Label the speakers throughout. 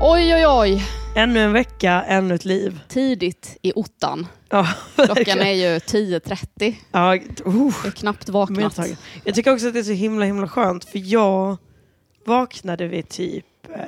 Speaker 1: Oj, oj, oj.
Speaker 2: Ännu en vecka, ännu ett liv.
Speaker 1: Tidigt i ottan.
Speaker 2: Ja,
Speaker 1: Klockan
Speaker 2: verkligen.
Speaker 1: är ju 10.30.
Speaker 2: Ja, uh,
Speaker 1: Jag är knappt vaknat.
Speaker 2: medtagen. jag tycker också att det är så himla himla skönt för jag vaknade vid typ eh,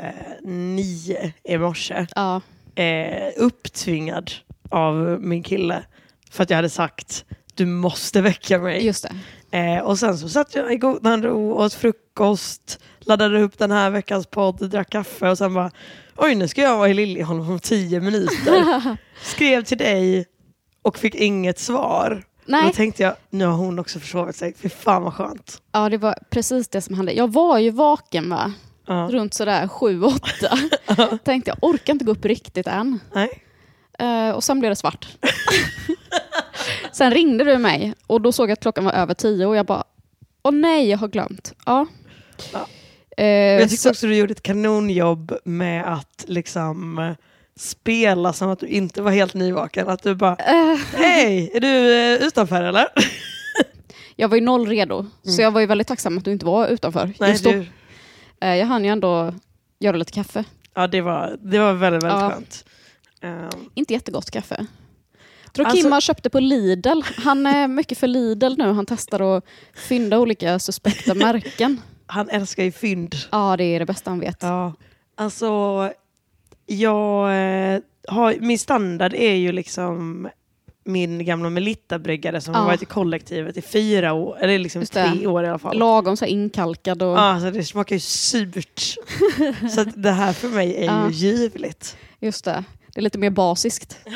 Speaker 2: nio i morse.
Speaker 1: Ja,
Speaker 2: Eh, upptvingad av min kille för att jag hade sagt du måste väcka mig.
Speaker 1: just det.
Speaker 2: Eh, och sen så satt jag i godan ro och åt frukost, laddade upp den här veckans podd, drack kaffe och sen bara oj nu ska jag vara i Liljeholmen om tio minuter. Skrev till dig och fick inget svar. Då
Speaker 1: Nej,
Speaker 2: tänkte jag, nu har hon också försovit sig. Fy fan vad skönt.
Speaker 1: ja, det var precis det som hände. Jag var ju vaken va?
Speaker 2: Ja.
Speaker 1: runt sådär 7-8. Tänkte jag orkar inte gå upp riktigt än.
Speaker 2: Nej.
Speaker 1: Eh, och sen blev det svart. sen ringde du mig och då såg jag att klockan var över 10 och jag bara, åh nej, jag har glömt. Ja.
Speaker 2: Ja.
Speaker 1: Eh,
Speaker 2: Men Jag tyckte
Speaker 1: så,
Speaker 2: också du gjorde ett kanonjobb med att liksom eh, spela som att du inte var helt nyvaken. Att du bara,
Speaker 1: eh,
Speaker 2: hej, är du eh, utanför eller?
Speaker 1: jag var ju noll redo, så jag var ju väldigt tacksam att du inte var utanför.
Speaker 2: Mm. Nej,
Speaker 1: just då.
Speaker 2: du,
Speaker 1: Eh, jag hann ju ändå göra lite kaffe.
Speaker 2: ja, det, var, det var väldigt, väldigt
Speaker 1: Ja.
Speaker 2: skönt. Ehm,
Speaker 1: Inte jättegott kaffe. Jag tror
Speaker 2: Alltså-
Speaker 1: Kimma köpte på Lidl. Han är mycket för Lidl nu. Han testar att fynda olika suspekta märken.
Speaker 2: han älskar ju fynd.
Speaker 1: Ja, det är det bästa han vet.
Speaker 2: Ja, alltså jag eh, har, min standard är ju liksom min gamla Melitta-bryggare som
Speaker 1: Ja.
Speaker 2: har varit i kollektivet i fyra år, eller liksom
Speaker 1: Just det.
Speaker 2: tre år i alla fall.
Speaker 1: Lagom så här inkalkad och...
Speaker 2: Ja, alltså det smakar ju surt. så att det här för mig är
Speaker 1: Ja.
Speaker 2: ju ljuvligt.
Speaker 1: Just det. Det är lite mer basiskt.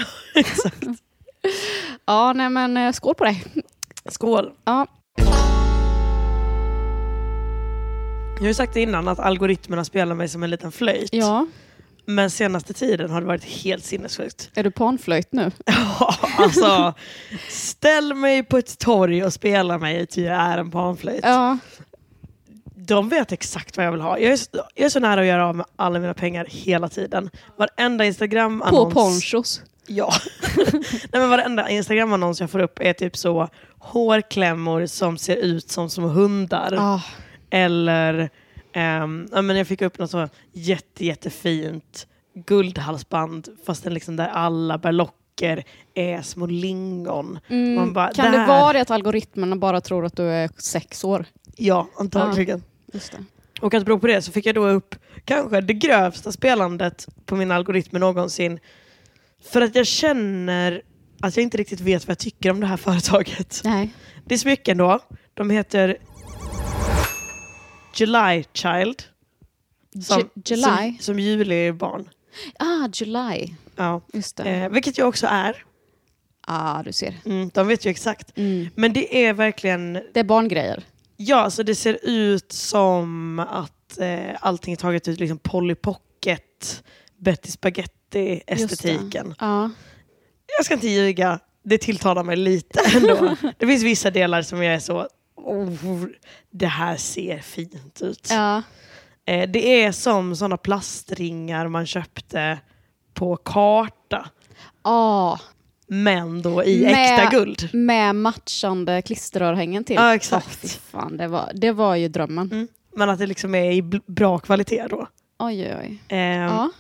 Speaker 1: Ja, nej men eh, skål på dig.
Speaker 2: Skål!
Speaker 1: Ja,
Speaker 2: Jag har ju sagt det innan att algoritmerna spelar mig som en liten flöjt.
Speaker 1: ja.
Speaker 2: Men senaste tiden har det varit helt sinnessjukt.
Speaker 1: Är du panflöjt nu?
Speaker 2: Ja, alltså, ställ mig på ett torg och spela mig till jag är en panflöjt.
Speaker 1: Ja.
Speaker 2: De vet exakt vad jag vill ha. Jag är, så, jag är så nära att göra av med alla mina pengar hela tiden. Varenda
Speaker 1: På
Speaker 2: Instagram-annons...
Speaker 1: ponchos.
Speaker 2: Ja. Nej, men varenda Instagram-annons jag får upp är typ så hårklämmor som ser ut som små hundar.
Speaker 1: Ah,
Speaker 2: Eller, ehm, ja, men jag fick upp något så jätte, jättefint guldhalsband fast den liksom där alla berlocker är små lingon. Man bara,
Speaker 1: Mm, kan det
Speaker 2: här-
Speaker 1: vara det att algoritmerna bara tror att du är sex år?
Speaker 2: Ja, antagligen.
Speaker 1: Just det.
Speaker 2: Och att bero på det så fick jag då upp kanske det grövsta spelandet på min algoritm någonsin. För att jag känner att jag inte riktigt vet vad jag tycker om det här företaget.
Speaker 1: Nej.
Speaker 2: Det är smycken då. De heter July Child.
Speaker 1: Ju- July?
Speaker 2: Som, som julibarn.
Speaker 1: Ah, July.
Speaker 2: Ja.
Speaker 1: Just det.
Speaker 2: Eh, vilket jag också är.
Speaker 1: Ah, du ser.
Speaker 2: Mm, de vet ju exakt.
Speaker 1: Mm.
Speaker 2: Men det är verkligen
Speaker 1: Det är barngrejer.
Speaker 2: Ja, alltså det ser ut som att eh, allting är taget ut liksom Polly Pocket, Betty Spaghetti-estetiken.
Speaker 1: Ja.
Speaker 2: Jag ska inte ljuga, det tilltalar mig lite ändå. det finns vissa delar som jag är så, oh, det här ser fint ut.
Speaker 1: ja.
Speaker 2: Eh, det är som sådana plastringar man köpte på karta,
Speaker 1: Ah,
Speaker 2: men då i
Speaker 1: Med-
Speaker 2: äkta guld.
Speaker 1: med matchande klisterrörhängen till.
Speaker 2: Ja, exakt. Mm.
Speaker 1: Ah, fy fan, det var, det var ju drömmen.
Speaker 2: Men att det liksom är i bl- bra kvalitet då.
Speaker 1: Oj, oj, oj.
Speaker 2: Ehm,
Speaker 1: Ja.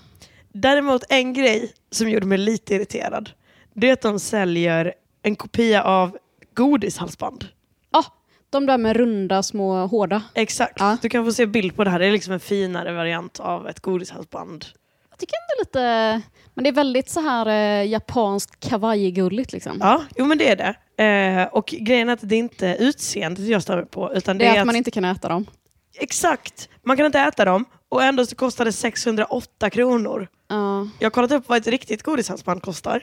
Speaker 2: Däremot en grej som gjorde mig lite irriterad. Det är att de säljer en kopia av godishalsband.
Speaker 1: Ah, de där med runda, små, hårda.
Speaker 2: Exakt.
Speaker 1: Ja.
Speaker 2: Du kan få se bild på det här. Det är liksom en finare variant av ett godishalsband.
Speaker 1: Jag tycker ändå lite... Men det är väldigt så här eh, japanskt kavajgulligt liksom.
Speaker 2: Ja, jo men det är det. Eh, och grejen är att det är inte utseendet jag stör mig på. Utan
Speaker 1: det är att man inte kan äta dem.
Speaker 2: Exakt! Man kan inte äta dem och ändå så kostar det 608 kronor.
Speaker 1: Ja.
Speaker 2: Jag har kollat upp vad ett riktigt godishalsband kostar.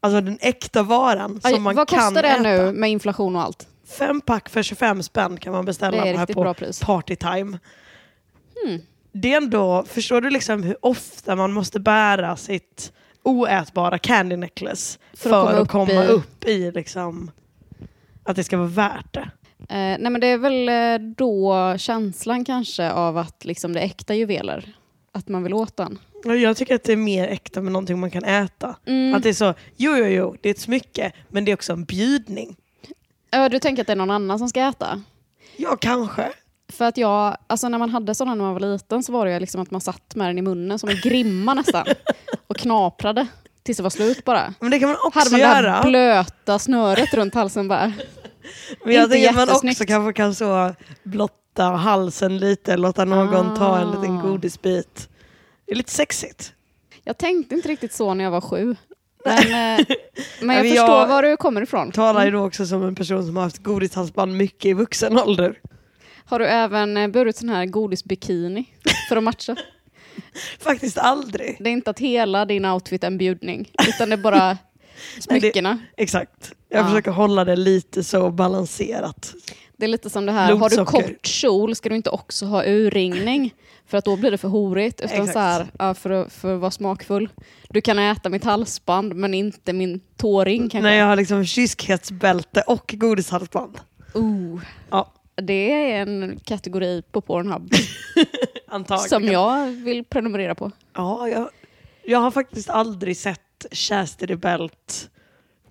Speaker 2: Alltså den äkta varan som
Speaker 1: Aj,
Speaker 2: man
Speaker 1: vad
Speaker 2: kan
Speaker 1: kostar det
Speaker 2: äta.
Speaker 1: nu med inflation och allt?
Speaker 2: Fem pack för 25 spänn kan man beställa
Speaker 1: Det är
Speaker 2: här
Speaker 1: riktigt
Speaker 2: på
Speaker 1: bra pris. Hmm.
Speaker 2: partytime. Det är ändå, förstår du liksom hur ofta man måste bära sitt oätbara candy necklace för, att komma, upp, i... liksom att det ska vara värt det.
Speaker 1: Eh, nej men det är väl eh, då känslan kanske av att liksom det är äkta juveler. Att man vill åt den.
Speaker 2: Och Jag tycker att det är mer äkta med någonting man kan äta.
Speaker 1: Mm.
Speaker 2: Att det är så, jo jo jo, det är ett smycke, men det är också en bjudning.
Speaker 1: Ja, du tänker att det är någon annan som ska äta?
Speaker 2: Ja, kanske.
Speaker 1: För att jag, alltså när man hade sådana när man var liten så var det ju liksom att man satt med den i munnen som en grimma nästan och knaprade tills det var slut bara.
Speaker 2: Men det kan man också
Speaker 1: Hade man det
Speaker 2: göra.
Speaker 1: här blöta snöret runt halsen bara.
Speaker 2: Men jag
Speaker 1: Inte
Speaker 2: tänker att man också
Speaker 1: jättesnyggt.
Speaker 2: kanske kan så blotta halsen lite, låta någon ta en liten
Speaker 1: Ah.
Speaker 2: godisbit. Det är lite sexigt.
Speaker 1: Jag tänkte inte riktigt så när jag var sju. Men, eh, men
Speaker 2: men
Speaker 1: jag
Speaker 2: jag-
Speaker 1: förstår var du kommer ifrån.
Speaker 2: Talar ju då också som en person som har haft godishalsband mycket i vuxen ålder.
Speaker 1: Har du även eh, burit sån här godisbikini för att matcha?
Speaker 2: Faktiskt aldrig.
Speaker 1: Det är inte att hela din outfit är en bjudning, utan det är bara smyckena.
Speaker 2: Exakt. Jag
Speaker 1: Ah.
Speaker 2: försöker hålla det lite så balanserat.
Speaker 1: Det är lite som det här, har du
Speaker 2: Blodsocker.
Speaker 1: kort kjol ska du inte också ha urringning, för att då blir det för horigt. Utan
Speaker 2: Exakt.
Speaker 1: så här, ja, för, att, för att vara smakfull. Du kan äta mitt halsband, men inte min tåring kanske.
Speaker 2: När jag har liksom kyskhetsbälte och godishalsband.
Speaker 1: Oh,
Speaker 2: Ja,
Speaker 1: det är en kategori på Pornhub
Speaker 2: antagligen.
Speaker 1: som jag vill prenumerera på.
Speaker 2: Ja, jag, jag har faktiskt aldrig sett Chastity Belt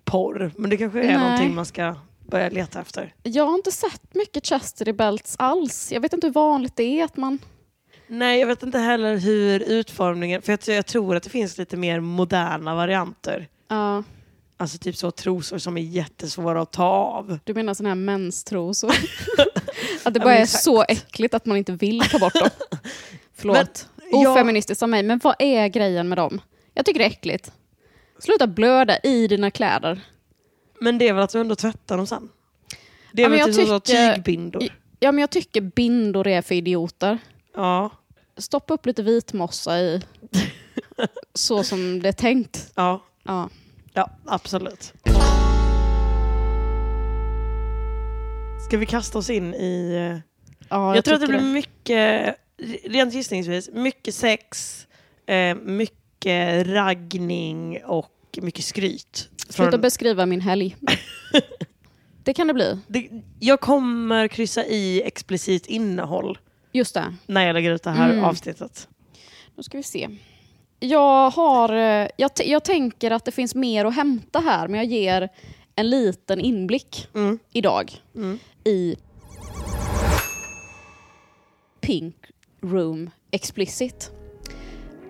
Speaker 2: porr. Men det kanske är
Speaker 1: Nej.
Speaker 2: någonting man ska börja leta efter.
Speaker 1: Jag har inte sett mycket chastity belts alls. Jag vet inte hur vanligt det är att man...
Speaker 2: Nej, jag vet inte heller hur utformningen... För jag, tror- jag tror att det finns lite mer moderna varianter.
Speaker 1: Ja,
Speaker 2: Alltså typ så trosor som är jättesvåra att ta av.
Speaker 1: du menar sådana här menstrosor? att det
Speaker 2: Ja,
Speaker 1: bara
Speaker 2: men
Speaker 1: är
Speaker 2: exakt.
Speaker 1: så äckligt att man inte vill ta bort dem. Förlåt.
Speaker 2: jag-
Speaker 1: Ofeministiskt av mig, men vad är grejen med dem? Jag tycker det är äckligt. Sluta blöda i dina kläder.
Speaker 2: Men det är väl att du ändå tvättar dem sen? Det är
Speaker 1: Ja, men
Speaker 2: väl
Speaker 1: jag
Speaker 2: typ som så
Speaker 1: tycker-
Speaker 2: tygbindor?
Speaker 1: I- Ja, men jag tycker bindor är för idioter.
Speaker 2: Ja,
Speaker 1: Stoppa upp lite vitmossa i. så som det är tänkt.
Speaker 2: ja,
Speaker 1: Ja.
Speaker 2: ja, absolut. Ska vi kasta oss in i... eh,
Speaker 1: Ja,
Speaker 2: jag, tror att det
Speaker 1: tycker
Speaker 2: blir mycket, rent gissningsvis, mycket sex, eh, mycket raggning och mycket skryt.
Speaker 1: Sluta
Speaker 2: Från-
Speaker 1: beskriva min helg. det kan det bli.
Speaker 2: det, jag kommer kryssa i explicit innehåll
Speaker 1: Just det.
Speaker 2: när jag lägger ut det här
Speaker 1: Mm.
Speaker 2: avsnittet.
Speaker 1: Då ska vi se. Jag, har, eh, jag, t- jag tänker att det finns mer att hämta här, men jag ger en liten inblick
Speaker 2: Mm.
Speaker 1: idag
Speaker 2: Mm.
Speaker 1: i Pink Room Explicit.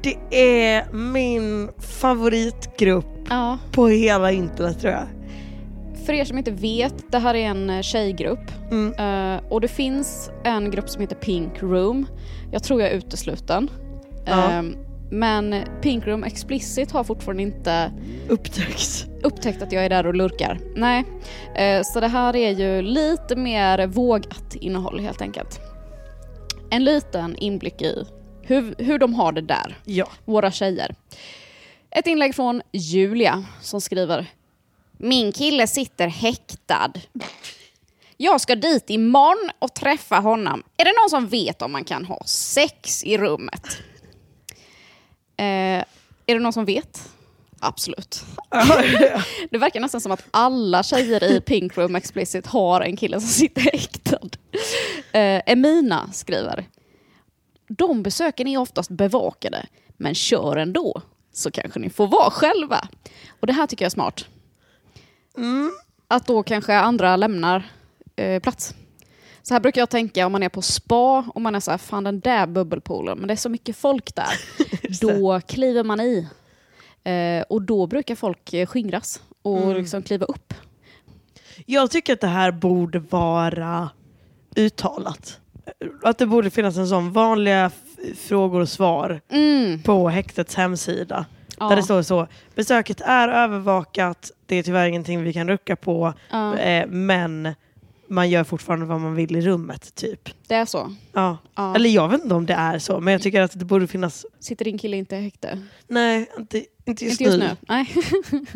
Speaker 2: Det är min favoritgrupp
Speaker 1: Ja.
Speaker 2: på hela internet tror jag.
Speaker 1: För er som inte vet, det här är en eh, tjejgrupp.
Speaker 2: Mm.
Speaker 1: Eh, och det finns en grupp som heter Pink Room. Jag tror jag är utesluten.
Speaker 2: Ja.
Speaker 1: Eh, men Pink Room Explicit har fortfarande inte
Speaker 2: Upptäcks.
Speaker 1: upptäckt att jag är där och lurkar. Nej. Eh, Så det här är ju lite mer vågat innehåll helt enkelt. En liten inblick i hur, hur de har det där,
Speaker 2: Ja.
Speaker 1: våra tjejer. Ett inlägg från Julia som skriver Min kille sitter häktad. Jag ska dit imorgon och träffa honom. Är det någon som vet om man kan ha sex i rummet? Eh, är det någon som vet? Absolut. Det verkar nästan som att alla tjejer i Pink Room Explicit har en kille som sitter häktad. Eh, Emina skriver. De besöken är oftast bevakade, men kör ändå så kanske ni får vara själva. Och det här tycker jag är smart. Att då kanske andra lämnar eh, plats. Så här brukar jag tänka om man är på spa och man är så här, fan den där bubbelpoolen, men det är så mycket folk där. då kliver man i. Eh, och då brukar folk eh, skingras och liksom kliva upp.
Speaker 2: Jag tycker att det här borde vara uttalat. Att det borde finnas en sån vanliga f- frågor och svar
Speaker 1: Mm.
Speaker 2: på häktets hemsida.
Speaker 1: Ja.
Speaker 2: Där det står så, besöket är övervakat, det är tyvärr ingenting vi kan rucka på,
Speaker 1: Ja,
Speaker 2: eh, men man gör fortfarande vad man vill i rummet. typ.
Speaker 1: det är så.
Speaker 2: Ja.
Speaker 1: Ja.
Speaker 2: Eller jag vet inte om det är så, men jag tycker att det borde finnas...
Speaker 1: Sitter din kille inte i häkte?
Speaker 2: Nej, inte, inte, just,
Speaker 1: Inte just nu. Nej.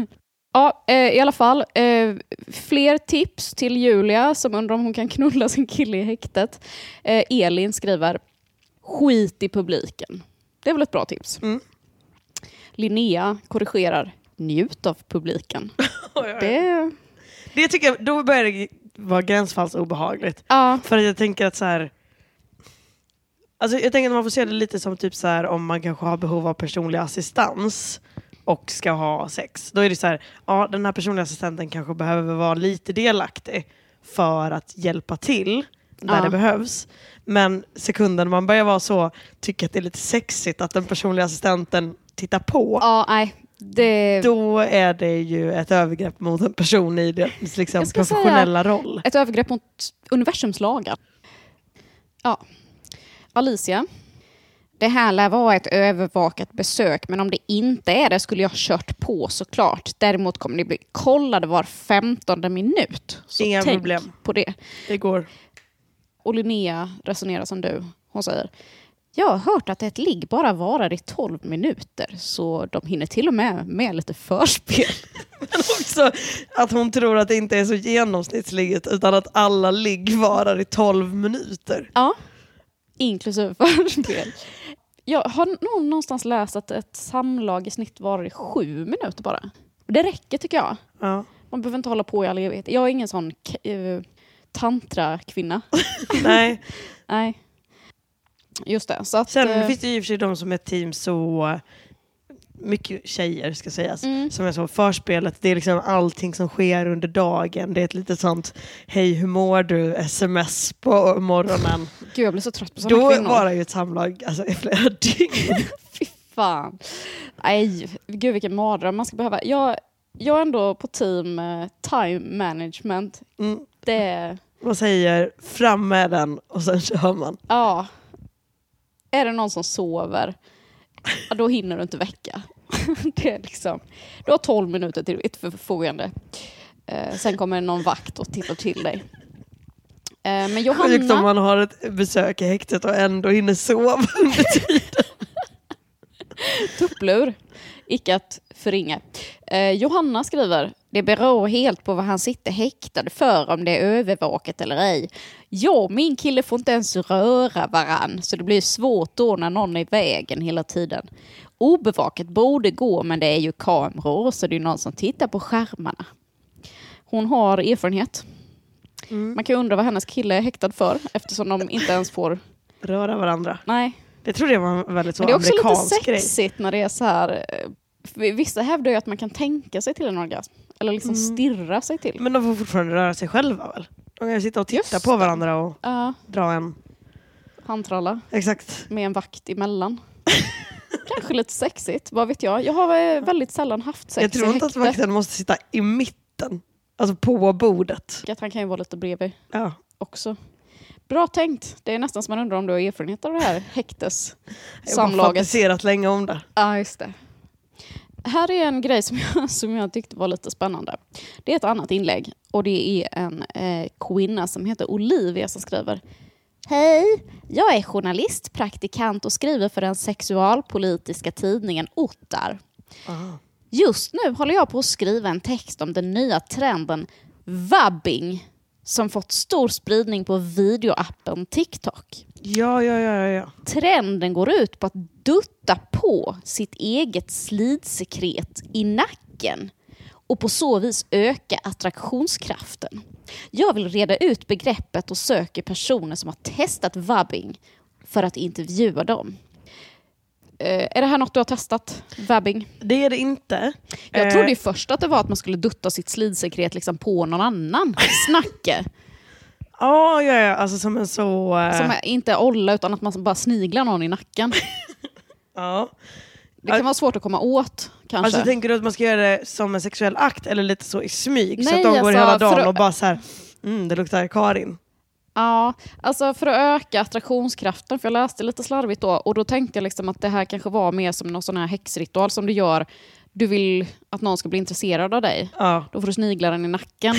Speaker 1: ja, eh, i alla fall. Eh, fler tips till Julia som undrar om hon kan knulla sin kille i häktet. Eh, Elin skriver, skit i publiken. Det är väl ett bra tips.
Speaker 2: Mm.
Speaker 1: Linnea korrigerar, njut av publiken. det,
Speaker 2: Det tycker jag, då börjar det vara gränsfalls obehagligt.
Speaker 1: ja,
Speaker 2: För att jag tänker att så här... Alltså jag tänker att man får se det lite som typ så här om man kanske har behov av personlig assistans och ska ha sex. Då är det så här, ja den här personliga assistenten kanske behöver vara lite delaktig för att hjälpa till där
Speaker 1: Ja.
Speaker 2: det behövs. Men sekunden man börjar vara så, tycker att det är lite sexigt att den personliga assistenten tittar på.
Speaker 1: ja, nej. Det,
Speaker 2: Då är det ju ett övergrepp mot en person i dess liksom,
Speaker 1: Jag ska säga-
Speaker 2: professionella roll.
Speaker 1: Ett övergrepp mot universums lagar. Ja. Alicia. Det här lär vara ett övervakat besök, men om det inte är det skulle jag kört på såklart. Däremot kommer ni bli kollade var femtonde minut. Så
Speaker 2: Inga
Speaker 1: tänk
Speaker 2: problem.
Speaker 1: på det.
Speaker 2: Det går.
Speaker 1: Och Linnea resonerar som du. Hon säger, jag har hört att ett ligg bara varar i 12 minuter, så de hinner till och med med lite förspel.
Speaker 2: också att hon tror att det inte är så genomsnittsligget utan att alla ligg varar i 12 minuter.
Speaker 1: Ja, inklusive förspel. Jag har nog någonstans läst att ett samlag i snitt varar i sju minuter bara. Det räcker tycker jag.
Speaker 2: Ja.
Speaker 1: Man behöver inte hålla på i all evighet. Jag är ingen sån k- eh, tantra-kvinna.
Speaker 2: Nej.
Speaker 1: Nej. Just det. Så att,
Speaker 2: Sen
Speaker 1: eh,
Speaker 2: finns det ju i och för sig de som är team så, mycket tjejer ska sägas,
Speaker 1: Mm.
Speaker 2: som är så förspelet, det är liksom allting som sker under dagen. Det är ett litet sånt hej hur mår du sms på morgonen.
Speaker 1: Gud, jag blir så trött på såna
Speaker 2: Då
Speaker 1: kvinnor.
Speaker 2: varar ju ett samlag alltså, i flera dygn.
Speaker 1: Fy fan. Nej, gud vilken mardröm man ska behöva. Jag, jag är ändå på team eh, time management.
Speaker 2: Mm.
Speaker 1: Det...
Speaker 2: Man säger fram med den och sen kör man.
Speaker 1: Ja. Är det någon som sover, ja, då hinner du inte väcka. det är liksom, du har 12 minuter till ditt förfogande. Eh, sen kommer någon vakt och tittar till dig. Eh, men
Speaker 2: Sjukt om
Speaker 1: Johanna,
Speaker 2: man har ett besök i häktet och ändå hinner sova under
Speaker 1: tupplur, icke att förringa. Eh, Johanna skriver, det beror helt på vad han sitter häktad för, om det är övervakat eller ej. Jag och min kille får inte ens röra varann, så det blir svårt då när någon är i vägen hela tiden. Obevakat borde gå, men det är ju kameror, så det är någon som tittar på skärmarna. Hon har erfarenhet. Man kan ju undra vad hennes kille är häktad för, eftersom de inte ens får...
Speaker 2: röra varandra.
Speaker 1: Nej,
Speaker 2: Det trodde jag var en väldigt så
Speaker 1: men det är också lite
Speaker 2: amerikansk grej.
Speaker 1: sexigt när det är så här... eh, för Vissa hävdar ju att man kan tänka sig till en orgasm. Eller liksom stirra sig till.
Speaker 2: Mm. Men de får fortfarande röra sig själva väl? De kan ju sitta och titta
Speaker 1: Just
Speaker 2: på
Speaker 1: det.
Speaker 2: varandra och
Speaker 1: Ja,
Speaker 2: dra en.
Speaker 1: handtralla
Speaker 2: Exakt.
Speaker 1: med en vakt emellan. Kanske lite sexigt, vad vet jag. Jag har eh, väldigt sällan haft sex
Speaker 2: jag tror
Speaker 1: i
Speaker 2: inte att
Speaker 1: häkte.
Speaker 2: vakten måste sitta i mitten. Alltså på bordet.
Speaker 1: Att han kan ju vara lite bredvid
Speaker 2: Ja.
Speaker 1: också. Bra tänkt. Det är nästan som man undrar om du har erfarenhet av det här häktes
Speaker 2: Jag har bara
Speaker 1: samlaget.
Speaker 2: fantiserat länge om det.
Speaker 1: Ja, just det. Här är en grej som jag, som jag tyckte var lite spännande. Det är ett annat inlägg och det är en eh, kvinna som heter Olivia som skriver Hej! Jag är journalist, praktikant och skriver för den sexualpolitiska tidningen Ottar. Just nu håller jag på att skriva en text om den nya trenden vabbing som fått stor spridning på videoappen TikTok.
Speaker 2: Ja, ja, ja, ja, ja.
Speaker 1: Trenden går ut på att dutta på sitt eget slidsekret i nacken och på så vis öka attraktionskraften. Jag vill reda ut begreppet och söker personer som har testat vabbing för att intervjua dem. Eh, är det här något du har testat? Vabbing?
Speaker 2: Det är det inte.
Speaker 1: Jag
Speaker 2: Eh,
Speaker 1: trodde ju först att det var att man skulle dutta sitt slidsekret liksom på någon annan. Snacke!
Speaker 2: Ja, ja, ja. Alltså som en så... eh,
Speaker 1: Som är inte olla utan att man bara sniglar någon i nacken.
Speaker 2: ja.
Speaker 1: Det kan vara svårt att komma åt kanske.
Speaker 2: Eh. Alltså tänker du att man ska göra det som en sexuell akt eller lite så i smyg? så
Speaker 1: Nej,
Speaker 2: att de går
Speaker 1: alltså,
Speaker 2: hela
Speaker 1: för
Speaker 2: dagen
Speaker 1: att-
Speaker 2: och bara så här, mm, det luktar Karin.
Speaker 1: Ja, alltså för att öka attraktionskraften, för jag läste lite slarvigt då och då tänkte jag liksom att det här kanske var mer som någon sån här häxritual som du gör, du vill att någon ska bli intresserad av dig.
Speaker 2: Ja.
Speaker 1: Då får du snigla den i nacken,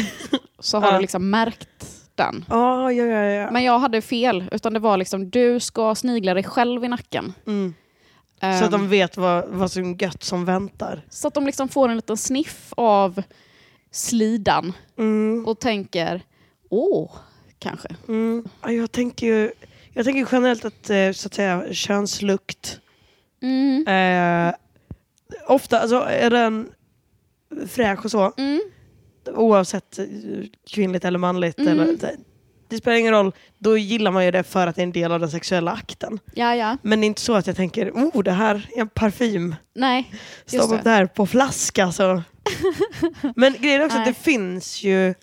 Speaker 1: så har
Speaker 2: Ja.
Speaker 1: du liksom märkt den.
Speaker 2: Ja, ja, ja, ja.
Speaker 1: Men jag hade fel, utan det var liksom du ska snigla dig själv i nacken.
Speaker 2: Mm.
Speaker 1: Ehm,
Speaker 2: Så att de vet vad, vad som gött som väntar.
Speaker 1: så att de liksom får en liten sniff av slidan
Speaker 2: Mm,
Speaker 1: och tänker, åh, kanske.
Speaker 2: mm. Ja, jag tänker ju jag tänker generellt att, eh, så att säga, könslukt
Speaker 1: Mm.
Speaker 2: eh, ofta, alltså är den fräsch och så,
Speaker 1: Mm.
Speaker 2: oavsett eh, kvinnligt eller manligt,
Speaker 1: Mm.
Speaker 2: eller, det, det spelar ingen roll, då gillar man ju det för att det är en del av den sexuella akten.
Speaker 1: Ja, ja.
Speaker 2: Men det är inte så att jag tänker, oh det här är en parfym.
Speaker 1: Nej, just
Speaker 2: Stoppa
Speaker 1: det.
Speaker 2: upp det här på flaska. Så. Men grejen är också att
Speaker 1: Nej.
Speaker 2: det finns ju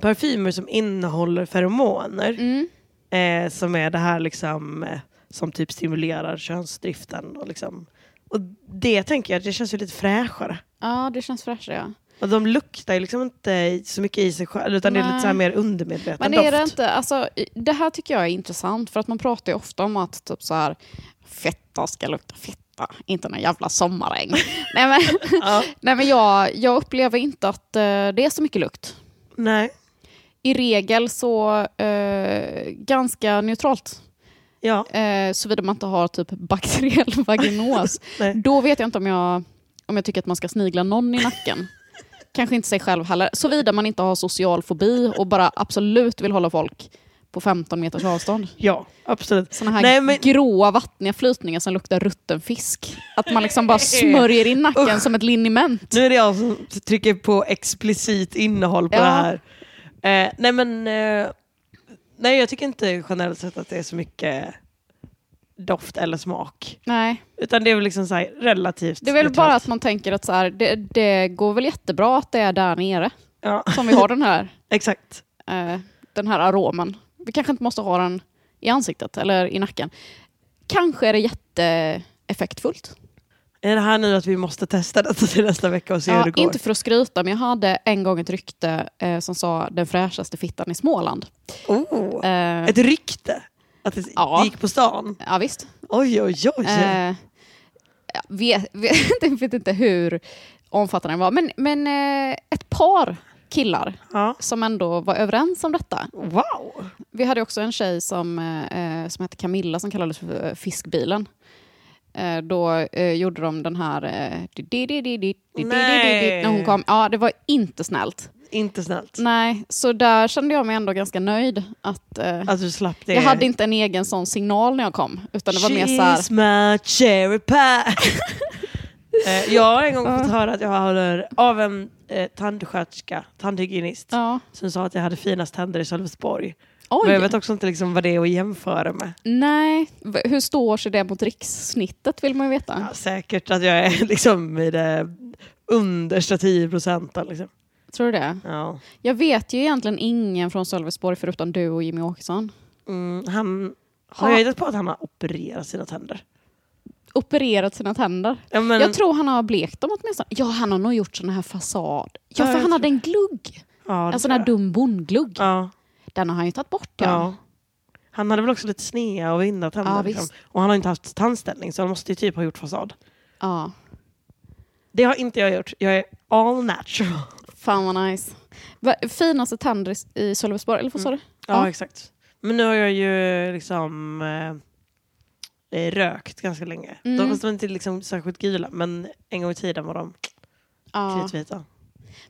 Speaker 2: parfymer som innehåller feromoner.
Speaker 1: Mm.
Speaker 2: Eh, som är det här liksom, eh, som typ stimulerar könsdriften. Och, liksom. och det tänker jag, det känns ju lite fräschare.
Speaker 1: Ja, det känns fräschare. Ja.
Speaker 2: Och de luktar ju liksom inte så mycket i sig själva utan det är lite
Speaker 1: Nej.
Speaker 2: så här mer undermedveten
Speaker 1: Men är det
Speaker 2: doft.
Speaker 1: inte, alltså, i- det här tycker jag är intressant för att man pratar ju ofta om att typ så här, fetta ska lukta fetta, inte någon jävla sommarregn. nej men,
Speaker 2: Ja.
Speaker 1: nej, men jag, jag upplever inte att eh, det är så mycket lukt.
Speaker 2: Nej.
Speaker 1: I regel så eh, ganska neutralt,
Speaker 2: Ja.
Speaker 1: eh, såvida man inte har typ bakteriell vaginos.
Speaker 2: Nej.
Speaker 1: Då vet jag inte om jag, om jag tycker att man ska snigla någon i nacken. Kanske inte sig själv heller. Såvida man inte har social fobi och bara absolut vill hålla folk på 15 meters avstånd.
Speaker 2: ja, absolut.
Speaker 1: Såna här
Speaker 2: Nej, men-
Speaker 1: gråa vattniga flytningar som luktar rutten fisk. Att man liksom bara smörjer in nacken som ett liniment.
Speaker 2: Nu är det jag som trycker på explicit innehåll på
Speaker 1: Ja.
Speaker 2: det här. Eh, nej men, eh, nej jag tycker inte generellt sett att det är så mycket doft eller smak.
Speaker 1: Nej,
Speaker 2: Utan det är väl liksom så här relativt
Speaker 1: det är väl bara
Speaker 2: neutralt.
Speaker 1: att man tänker att så här, det, det går väl jättebra att det är där nere
Speaker 2: Ja,
Speaker 1: som vi har den här,
Speaker 2: exakt.
Speaker 1: eh, den här aromen. Vi kanske inte måste ha den i ansiktet eller i nacken. Kanske är det jätteeffektfullt.
Speaker 2: Är det här nu att vi måste testa detta till nästa vecka och se hur
Speaker 1: Ja,
Speaker 2: det går?
Speaker 1: inte för att skryta, men jag hade en gång ett rykte eh, som sa den fräschaste fittan i Småland.
Speaker 2: oh,
Speaker 1: Eh,
Speaker 2: ett rykte? Att det
Speaker 1: Ja.
Speaker 2: gick på stan?
Speaker 1: ja, visst.
Speaker 2: Oj, oj, oj.
Speaker 1: Eh, ja, vet, vet, jag vet inte hur omfattande den var, men, men eh, ett par killar
Speaker 2: Ja.
Speaker 1: som ändå var överens om detta.
Speaker 2: Wow.
Speaker 1: Vi hade också en tjej som, eh, eh, som hette Camilla som kallades för eh, Fiskbilen. Eh, då eh, gjorde de den här... Eh, di- di- di- di- di- di- di- di- di-
Speaker 2: Nej.
Speaker 1: när hon kom. Ja, det var inte snällt.
Speaker 2: Inte snällt.
Speaker 1: Nej, så där kände jag mig ändå ganska nöjd. Att, eh,
Speaker 2: Att du slapp det.
Speaker 1: jag hade inte en egen sån signal när jag kom, utan det var mer så här...
Speaker 2: She's my cherry pie. Eh, jag har en gång fått höra att jag håller av en eh, tandsköterska, tandhygienist,
Speaker 1: Ja.
Speaker 2: som sa att jag hade finast tänder i Sölvesborg.
Speaker 1: Oj.
Speaker 2: Men jag vet också inte liksom vad det är att jämföra med.
Speaker 1: Nej, v- hur står sig det mot rikssnittet vill man ju veta.
Speaker 2: Ja, säkert att jag är liksom i det understa 10 procenten. Liksom.
Speaker 1: Tror du det?
Speaker 2: Ja.
Speaker 1: Jag vet ju egentligen ingen från Sölvesborg förutom du och Jimmy Åkesson.
Speaker 2: Mm, han, har
Speaker 1: Ja.
Speaker 2: jag hittat på att han har opererat sina tänder?
Speaker 1: Opererat sina tänder.
Speaker 2: Ja, men,
Speaker 1: Jag tror han har blekt dem åtminstone. Ja, han har nog gjort sån här fasad. Ja,
Speaker 2: Ja,
Speaker 1: för
Speaker 2: jag
Speaker 1: han
Speaker 2: tror
Speaker 1: hade en glugg.
Speaker 2: ja, det
Speaker 1: En sån
Speaker 2: tror
Speaker 1: här
Speaker 2: jag.
Speaker 1: dum bondglugg.
Speaker 2: Ja.
Speaker 1: Den har han ju tagit bort. Ja.
Speaker 2: Ja. Han hade väl också lite snea och vinda tänder.
Speaker 1: Ja,
Speaker 2: liksom.
Speaker 1: visst.
Speaker 2: Och han har inte haft tandställning så han måste ju typ ha gjort fasad.
Speaker 1: Ja.
Speaker 2: Det har inte jag gjort. Jag är all natural.
Speaker 1: Fan vad nice. Va- Finaste tänder i- i Sölvesborg, eller vad sa du?
Speaker 2: Ja, exakt. Men nu har jag ju liksom eh, eh, rökt ganska länge. De,
Speaker 1: Mm.
Speaker 2: fast de är inte liksom särskilt gula men en gång i tiden var de
Speaker 1: Ja.
Speaker 2: kritvita.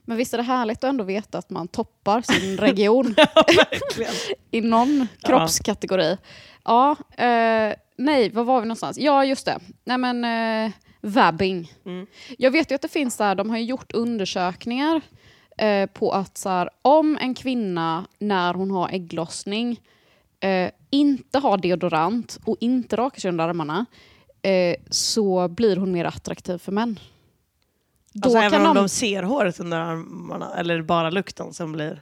Speaker 1: Men visst är det härligt att ändå veta att man toppar sin region.
Speaker 2: Verkligen.
Speaker 1: i någon
Speaker 2: Ja.
Speaker 1: kroppskategori. Ja, eh, nej, var var vi någonstans? Ja, just det. Nej, men eh, vabbing.
Speaker 2: Mm.
Speaker 1: Jag vet ju att det finns så här, de har ju gjort undersökningar eh, på att så här, om en kvinna när hon har ägglossning eh, inte har deodorant och inte rakar sig under armarna eh, så blir hon mer attraktiv för män. Då
Speaker 2: Alltså, även
Speaker 1: kan
Speaker 2: om
Speaker 1: de...
Speaker 2: de ser håret under armarna eller bara lukten som blir...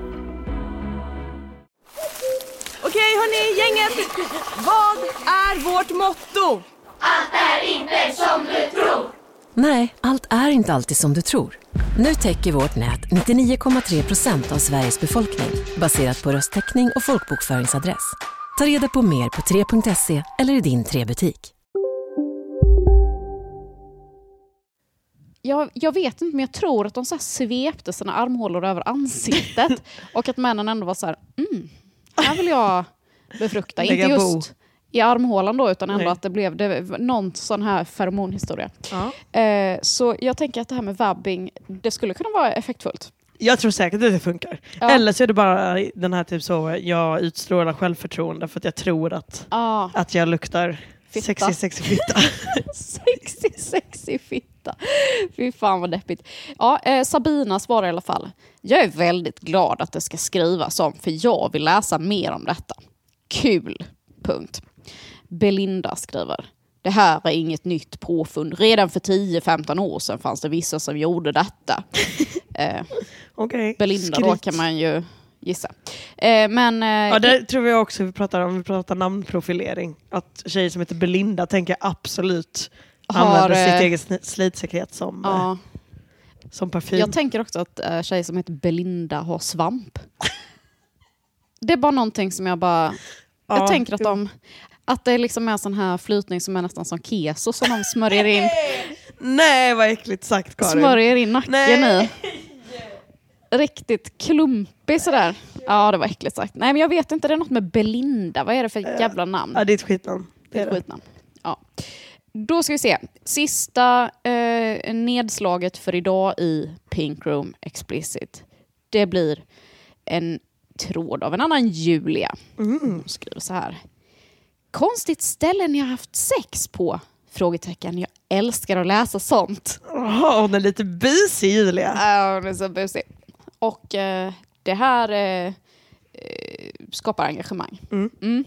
Speaker 3: Okej hörni, gänget. Vad är vårt motto?
Speaker 4: Nej, allt är inte alltid som du tror. Nu täcker vårt nät 99,3 procent av Sveriges befolkning baserat på röstteckning och folkbokföringsadress. Ta reda på mer på 3.se eller i din 3-butik.
Speaker 1: Jag, jag vet inte, men jag tror att de så här svepte sina armhålor över ansiktet och att männen ändå var så här, mm, här vill jag befrukta. Inte
Speaker 2: Lägga bo.
Speaker 1: just i armhålan då, utan ändå
Speaker 2: Nej.
Speaker 1: att det blev det, var någon sån här feromonhistoria.
Speaker 2: Ja.
Speaker 1: Eh, så jag tänker att det här med vabbing, det skulle kunna vara effektfullt.
Speaker 2: Jag tror säkert att det funkar.
Speaker 1: Ja.
Speaker 2: Eller så är det bara den här typ så, jag utstrålar självförtroende för att jag tror att,
Speaker 1: Ah,
Speaker 2: att jag luktar
Speaker 1: Fitta.
Speaker 2: sexig sexig fitta.
Speaker 1: sexy, sexy fitta. Fy fan vad deppigt. Ja, eh, Sabina svarar i alla fall. Jag är väldigt glad att det ska skrivas om för jag vill läsa mer om detta. Kul! Punkt. Belinda skriver. Det här är inget nytt påfund. Redan för 10-15 år sedan fanns det vissa som gjorde detta. eh,
Speaker 2: Okej.
Speaker 1: Belinda då
Speaker 2: skryt.
Speaker 1: kan man ju gissa. Eh, men eh,
Speaker 2: Ja, det tror jag också vi pratar om, vi pratar namnprofilering. Att tjejer som heter Belinda tänker jag absolut
Speaker 1: Har,
Speaker 2: använder
Speaker 1: eh,
Speaker 2: sitt eget sni- slitsekret som, eh,
Speaker 1: ja.
Speaker 2: som parfym.
Speaker 1: Jag tänker också att eh, tjejer som heter Belinda har svamp. Det är bara någonting som jag bara...
Speaker 2: Ja,
Speaker 1: jag tänker att
Speaker 2: jo.
Speaker 1: de... Att det är liksom är en sån här flytning som är nästan som keso som de smörjer in,
Speaker 2: Nej vad äckligt sagt Karin.
Speaker 1: smörjer in nacken
Speaker 2: Nej.
Speaker 1: i. Riktigt klumpig sådär. Ja, det var äckligt sagt. Nej, men jag vet inte. Det är något med Belinda. Vad är det för jävla namn?
Speaker 2: Ja, det är ett skitnamn. Det är
Speaker 1: Ett
Speaker 2: det.
Speaker 1: skitnamn. Ja. Då ska vi se. Sista eh, nedslaget för idag i Pink Room Explicit. Det blir en tråd av en annan Julia. Hon skriver så här. Konstigt ställe ni har haft sex på? Frågetecken. Jag älskar att läsa sånt.
Speaker 2: Åh, hon är lite busig Julia.
Speaker 1: Ja, hon är så busig. Och eh, det här eh, eh, skapar engagemang.
Speaker 2: Mm.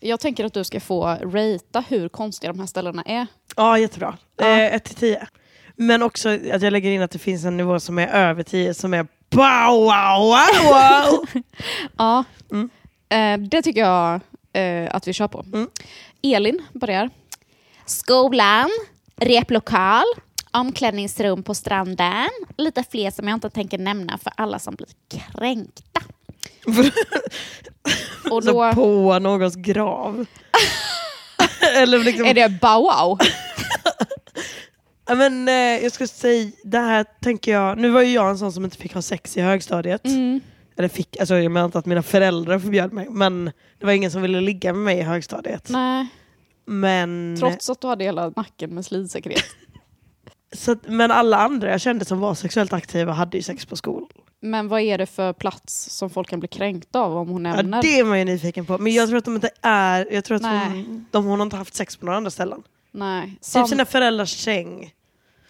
Speaker 1: Jag tänker att du ska få ratea hur konstiga de här ställena är.
Speaker 2: Ja, jättebra.
Speaker 1: Ja.
Speaker 2: 1 till 10. Men också att jag lägger in att det finns en nivå som är över 10 som är wow, wow, wow, wow.
Speaker 1: Ja,
Speaker 2: Mm.
Speaker 1: eh, det tycker jag eh, att vi kör på. Elin börjar. Skolan, replokal, omklädningsrum på stranden. Lite fler som jag inte tänker nämna för alla som blir kränkta. Och
Speaker 2: Så
Speaker 1: då
Speaker 2: Alltså på någons grav. Eller liksom,
Speaker 1: är det bow wow.
Speaker 2: Ja, men, eh, jag skulle säga, det här tänker jag, nu var ju jag en sån som inte fick ha sex i högstadiet.
Speaker 1: Mm.
Speaker 2: Eller fick, alltså jag menar inte att mina föräldrar förbjöd mig, men det var ingen som ville ligga med mig i högstadiet.
Speaker 1: Nej,
Speaker 2: Men,
Speaker 1: trots att du hade hela nacken med slidsekret.
Speaker 2: så, att- men alla andra jag kände som var sexuellt aktiva hade ju sex på skolan.
Speaker 1: Men vad är det för plats som folk kan bli kränkta av om hon
Speaker 2: Ja,
Speaker 1: nämner?
Speaker 2: det är man ju nyfiken på. Men jag tror att de inte är, jag tror att
Speaker 1: Nej.
Speaker 2: hon, de, hon har inte haft sex på några andra ställen.
Speaker 1: Nej.
Speaker 2: Typ
Speaker 1: Sam-
Speaker 2: sina föräldrars säng.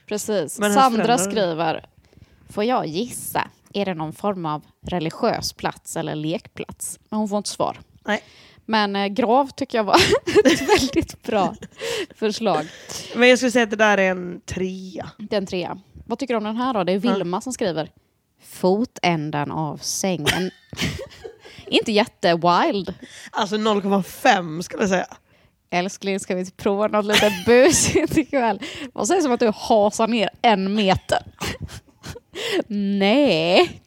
Speaker 1: Precis.
Speaker 2: Men hur
Speaker 1: Sandra
Speaker 2: förändrar-
Speaker 1: skriver, får jag gissa, är det någon form av religiös plats eller lekplats? Men hon får inte svar.
Speaker 2: Nej.
Speaker 1: Men eh, grav tycker jag var ett väldigt bra förslag.
Speaker 2: Men jag skulle säga att det där är en trea.
Speaker 1: Den trea. Vad tycker du om den här då? Det är Vilma som skriver, fotändan av sängen. Inte jätte-wild.
Speaker 2: Alltså 0,5 skulle jag säga.
Speaker 1: Älskling, ska vi prova något lite busigt ikväll? Vad sägs om att du hasar ner en meter? Nej,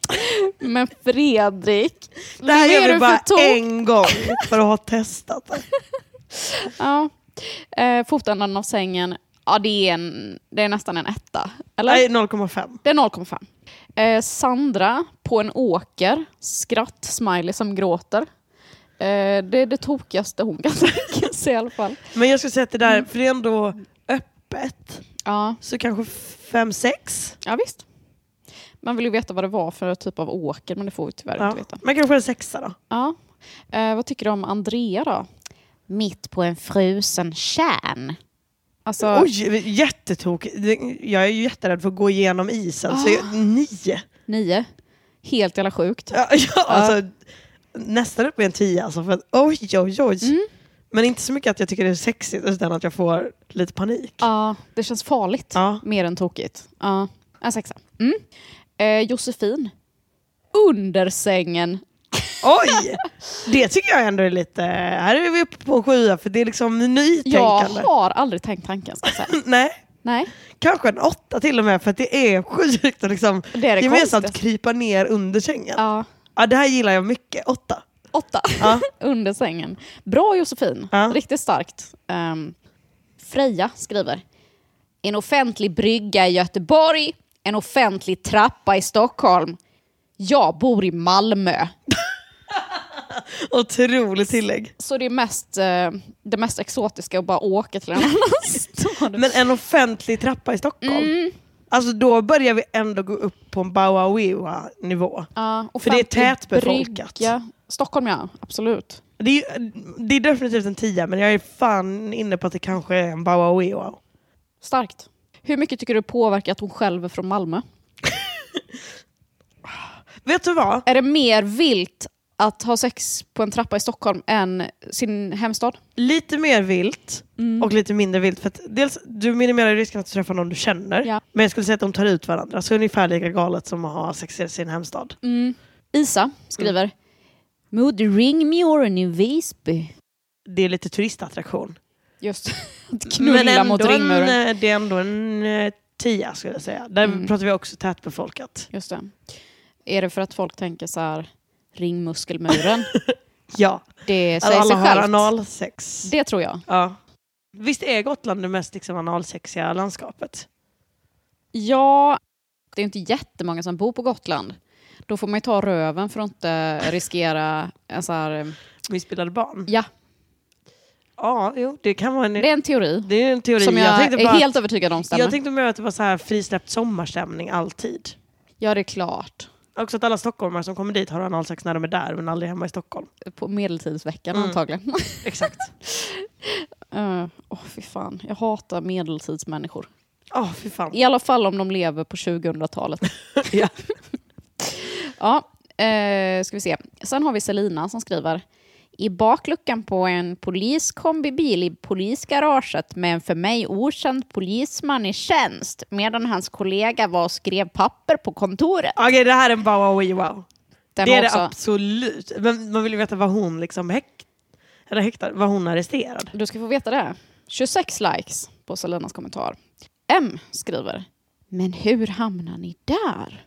Speaker 1: men Fredrik.
Speaker 2: Det här
Speaker 1: vad är
Speaker 2: gör
Speaker 1: du
Speaker 2: vi
Speaker 1: för
Speaker 2: bara
Speaker 1: tok?
Speaker 2: en gång för att ha testat det.
Speaker 1: Ja. Eh, fotändan av sängen, ja, det, är en, det är nästan en etta. Eller?
Speaker 2: Nej, 0,5.
Speaker 1: Det är 0,5. Eh, Sandra på en åker, skratt-smiley som gråter. Eh, det är det tokigaste hon kan tänka sig i alla fall.
Speaker 2: Men jag skulle säga att det
Speaker 1: Mm.
Speaker 2: där, för det är ändå öppet,
Speaker 1: Ja.
Speaker 2: så kanske 5-6.
Speaker 1: Ja, visst. Man vill ju veta vad det var för typ av åker, men det får vi tyvärr
Speaker 2: Ja.
Speaker 1: inte veta.
Speaker 2: Men kanske en sexa då.
Speaker 1: Ja. Eh, vad tycker du om Andrea då? Mitt på en frusen kärn. Alltså,
Speaker 2: Oj, jättetokig. Det- Jag är ju jätterädd för att gå igenom isen. Så
Speaker 1: Ah.
Speaker 2: jag, nio.
Speaker 1: nio. Helt jävla sjukt.
Speaker 2: Ja, ja, alltså, nästan upp i en tia. Alltså, för att, oj, oj, oj.
Speaker 1: Mm.
Speaker 2: Men inte så mycket att jag tycker det är sexigt, utan att jag får lite panik.
Speaker 1: Ja, det känns farligt.
Speaker 2: Ja.
Speaker 1: Mer än tokigt. Ja, en sexa. Mm. Eh, Josefin. Under sängen.
Speaker 2: Oj! Det tycker jag ändå är lite... Här är vi uppe på en sjua, för det är liksom
Speaker 1: Jag
Speaker 2: nytänkande. Mm,
Speaker 1: har aldrig tänkt tanken. Ska jag säga.
Speaker 2: Nej,
Speaker 1: Nej.
Speaker 2: kanske en åtta till och med, för att det är sjukt att liksom
Speaker 1: Det är det
Speaker 2: gemensamt
Speaker 1: konstigaste.
Speaker 2: krypa ner under sängen. Ja.
Speaker 1: Ja.
Speaker 2: det här gillar jag mycket. Åtta.
Speaker 1: Åtta.
Speaker 2: Ja.
Speaker 1: Under sängen. Bra Josefin.
Speaker 2: Ja.
Speaker 1: Riktigt starkt. Ehm, Freja skriver. En offentlig brygga i Göteborg. En offentlig trappa i Stockholm. Jag bor i Malmö.
Speaker 2: Otroligt tillägg.
Speaker 1: Så det är mest, eh, det mest exotiska att bara åka till en annan stad.
Speaker 2: Men en offentlig trappa i Stockholm.
Speaker 1: Mm.
Speaker 2: Alltså då börjar vi ändå gå upp på en Bauawiwa nivå.
Speaker 1: Ja,
Speaker 2: För det är
Speaker 1: offentlig
Speaker 2: tätbefolkat.
Speaker 1: brygga. Stockholm ja, absolut.
Speaker 2: Det, är, ju- det är definitivt en tia men jag är fan inne på att det kanske är en Bauawiwa.
Speaker 1: Starkt. Hur mycket tycker du påverkar att hon själv är från Malmö?
Speaker 2: Vet du vad?
Speaker 1: Är det mer vilt att ha sex på en trappa i Stockholm än sin hemstad?
Speaker 2: Lite mer vilt
Speaker 1: Mm.
Speaker 2: och lite mindre vilt. För att dels, du minimerar ju risken att träffa någon du känner.
Speaker 1: Ja.
Speaker 2: Men jag skulle säga att de tar ut varandra. Så ungefär lika galet som att ha sex i sin hemstad.
Speaker 1: Mm. Isa skriver Mot Ringmuren i Visby.
Speaker 2: Det är lite turistattraktion.
Speaker 1: Just att knulla mot ringmuren. Mm.
Speaker 2: en, eh, det är ändå en eh, tia skulle jag säga. Där pratar vi också tätbefolkat.
Speaker 1: Just det. Är det för att folk tänker så här ringmuskelmuren?
Speaker 2: Ja.
Speaker 1: Det säger
Speaker 2: Alla
Speaker 1: sig
Speaker 2: har
Speaker 1: självt.
Speaker 2: analsex.
Speaker 1: Det tror jag.
Speaker 2: Ja. Visst är Gotland det mest liksom, analsexiga landskapet?
Speaker 1: Ja, det är inte jättemånga som bor på Gotland. Då får man ju ta röven för att inte riskera en så här... eh,
Speaker 2: Missbildade barn?
Speaker 1: Ja,
Speaker 2: Ja, jo, det kan vara en,
Speaker 1: det
Speaker 2: det,
Speaker 1: är en teori.
Speaker 2: är en teori.
Speaker 1: Som jag,
Speaker 2: tänkte
Speaker 1: är
Speaker 2: bara,
Speaker 1: helt övertygad om stämmer.
Speaker 2: jag tänkte mer att det var så här frisläppt sommarstämning alltid.
Speaker 1: ja, det är klart.
Speaker 2: Också att alla stockholmare som kommer dit har analsex när de är där men aldrig hemma i Stockholm.
Speaker 1: På medeltidsveckan
Speaker 2: Mm.
Speaker 1: antagligen.
Speaker 2: Exakt.
Speaker 1: Eh, Åh, fy fan. Jag hatar medeltidsmänniskor.
Speaker 2: Åh, fy fan.
Speaker 1: I alla fall om de lever på 2000-talet.
Speaker 2: Ja.
Speaker 1: Ja, eh, ska vi se. Sen har vi Selina som skriver i bakluckan på en poliskombibil i polisgaraget med en för mig okänd polisman i tjänst medan hans kollega var och skrev papper på kontoret.
Speaker 2: Okej, det här är en wow, wow, wow.
Speaker 1: Den
Speaker 2: Det är
Speaker 1: var
Speaker 2: det
Speaker 1: också,
Speaker 2: absolut. Men man vill ju veta vad hon liksom häkt, eller häktad, vad hon arresterad.
Speaker 1: du ska få veta det. 26 likes på Selinas kommentar. M skriver “Men hur hamnar ni där?”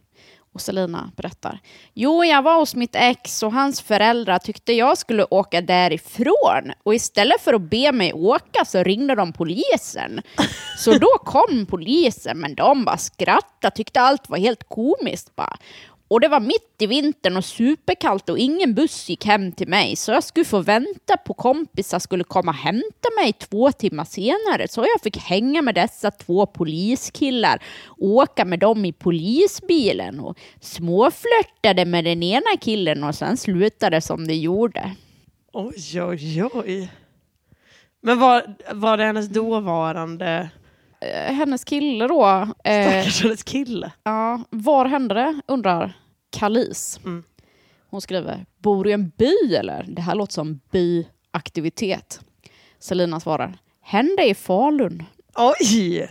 Speaker 1: Och Selina berättar “Jo, jag var hos mitt ex och hans föräldrar tyckte jag skulle åka därifrån och istället för att be mig åka så ringde de polisen. Så då kom polisen, men de bara skrattade, tyckte allt var helt komiskt bara. Och det var mitt i vintern och superkallt och ingen buss gick hem till mig så jag skulle få vänta på kompisar skulle komma och hämta mig två timmar senare så jag fick hänga med dessa två poliskillar och åka med dem i polisbilen och småflörtade med den ena killen och sen slutade som det gjorde.
Speaker 2: Oj, oj, oj. Men var, var det hennes dåvarande
Speaker 1: Eh, Hennes kille då, eh,
Speaker 2: Stackars hennes kille.
Speaker 1: Ja, var hände det? Undrar Kalis.
Speaker 2: Mm.
Speaker 1: Hon skriver, bor du i en by eller? Det här låter som byaktivitet. Selina svarar, hände i Falun.
Speaker 2: Oj!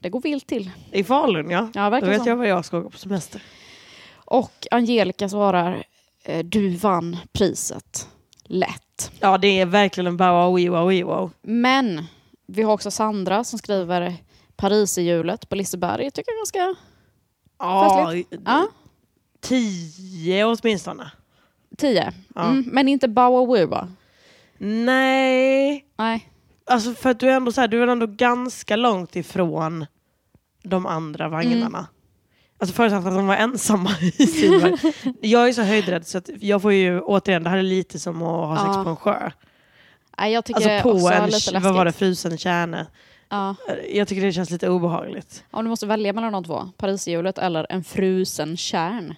Speaker 1: Det går vilt till.
Speaker 2: I Falun ja.
Speaker 1: Ja,
Speaker 2: Då
Speaker 1: verkligen
Speaker 2: vet
Speaker 1: så.
Speaker 2: jag var jag ska åka på semester.
Speaker 1: Och Angelica svarar, eh, du vann priset. Lätt.
Speaker 2: Ja, det är verkligen en bow wow wow wow.
Speaker 1: Men vi har också Sandra som skriver Paris i hjulet på Liseberg. Jag tycker ganska...
Speaker 2: Ja,
Speaker 1: Festligt. Ja,
Speaker 2: tio åtminstone.
Speaker 1: tio. Mm, men inte Bauer
Speaker 2: Nej,
Speaker 1: Nej.
Speaker 2: alltså för att du är ändå så här, du är ändå ganska långt ifrån de andra vagnarna.
Speaker 1: Mm.
Speaker 2: Alltså förutsatt att de var ensamma i sin vagn. Jag är så höjdrädd så att jag får ju återigen, det här är lite som att ha sex
Speaker 1: Ja.
Speaker 2: på en sjö.
Speaker 1: Nej, jag tycker
Speaker 2: Alltså på
Speaker 1: också
Speaker 2: en,
Speaker 1: lite läskigt.
Speaker 2: vad var det, frusen kärne.
Speaker 1: Ja.
Speaker 2: Jag tycker det känns lite obehagligt.
Speaker 1: Om du måste välja mellan de två, Parishjulet eller en frusen kärn.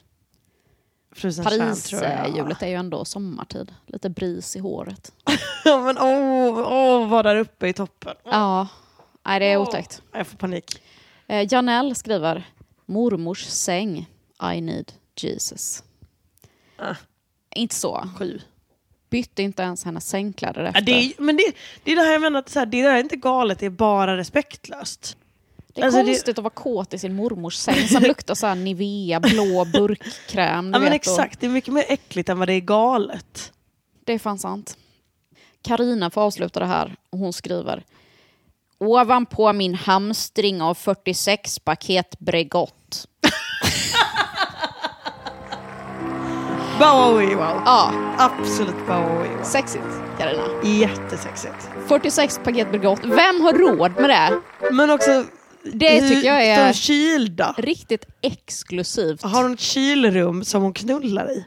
Speaker 2: Frusen kärn, tror jag.
Speaker 1: Parishjulet är ju ändå sommartid. Lite bris i håret.
Speaker 2: Ja, men åh, åh, vad där uppe i toppen.
Speaker 1: Ja, nej det är otäckt.
Speaker 2: Åh, Jag får panik.
Speaker 1: Eh, Janelle skriver, mormors säng, I need Jesus.
Speaker 2: Ah.
Speaker 1: Inte så.
Speaker 2: Sju.
Speaker 1: Bytte inte ens hennes sängkläder efter.
Speaker 2: Ja, det, är, men det, det är det här jag menar, att så här, det där är inte galet, det är bara respektlöst.
Speaker 1: Det är
Speaker 2: Alltså, det-
Speaker 1: konstigt att vara kåt i sin mormors säng som luktar så här Nivea, blå burkkräm. du
Speaker 2: Ja, men
Speaker 1: vet, och-
Speaker 2: exakt, det är mycket mer äckligt än vad det är galet.
Speaker 1: Det är fan sant. Karina får avsluta det här. och Hon skriver. Ovanpå min hamstring av 46 paket Bregott.
Speaker 2: Bowie wow.
Speaker 1: Ja,
Speaker 2: Absolut Bowie wow.
Speaker 1: sexigt Karina.
Speaker 2: Jättesexigt.
Speaker 1: 46 paket Bregott. Vem har råd med det?
Speaker 2: Men också,
Speaker 1: Det
Speaker 2: hur-
Speaker 1: tycker jag är-
Speaker 2: Förkylda.
Speaker 1: Riktigt exklusivt.
Speaker 2: Har hon ett kylrum som hon knullar i?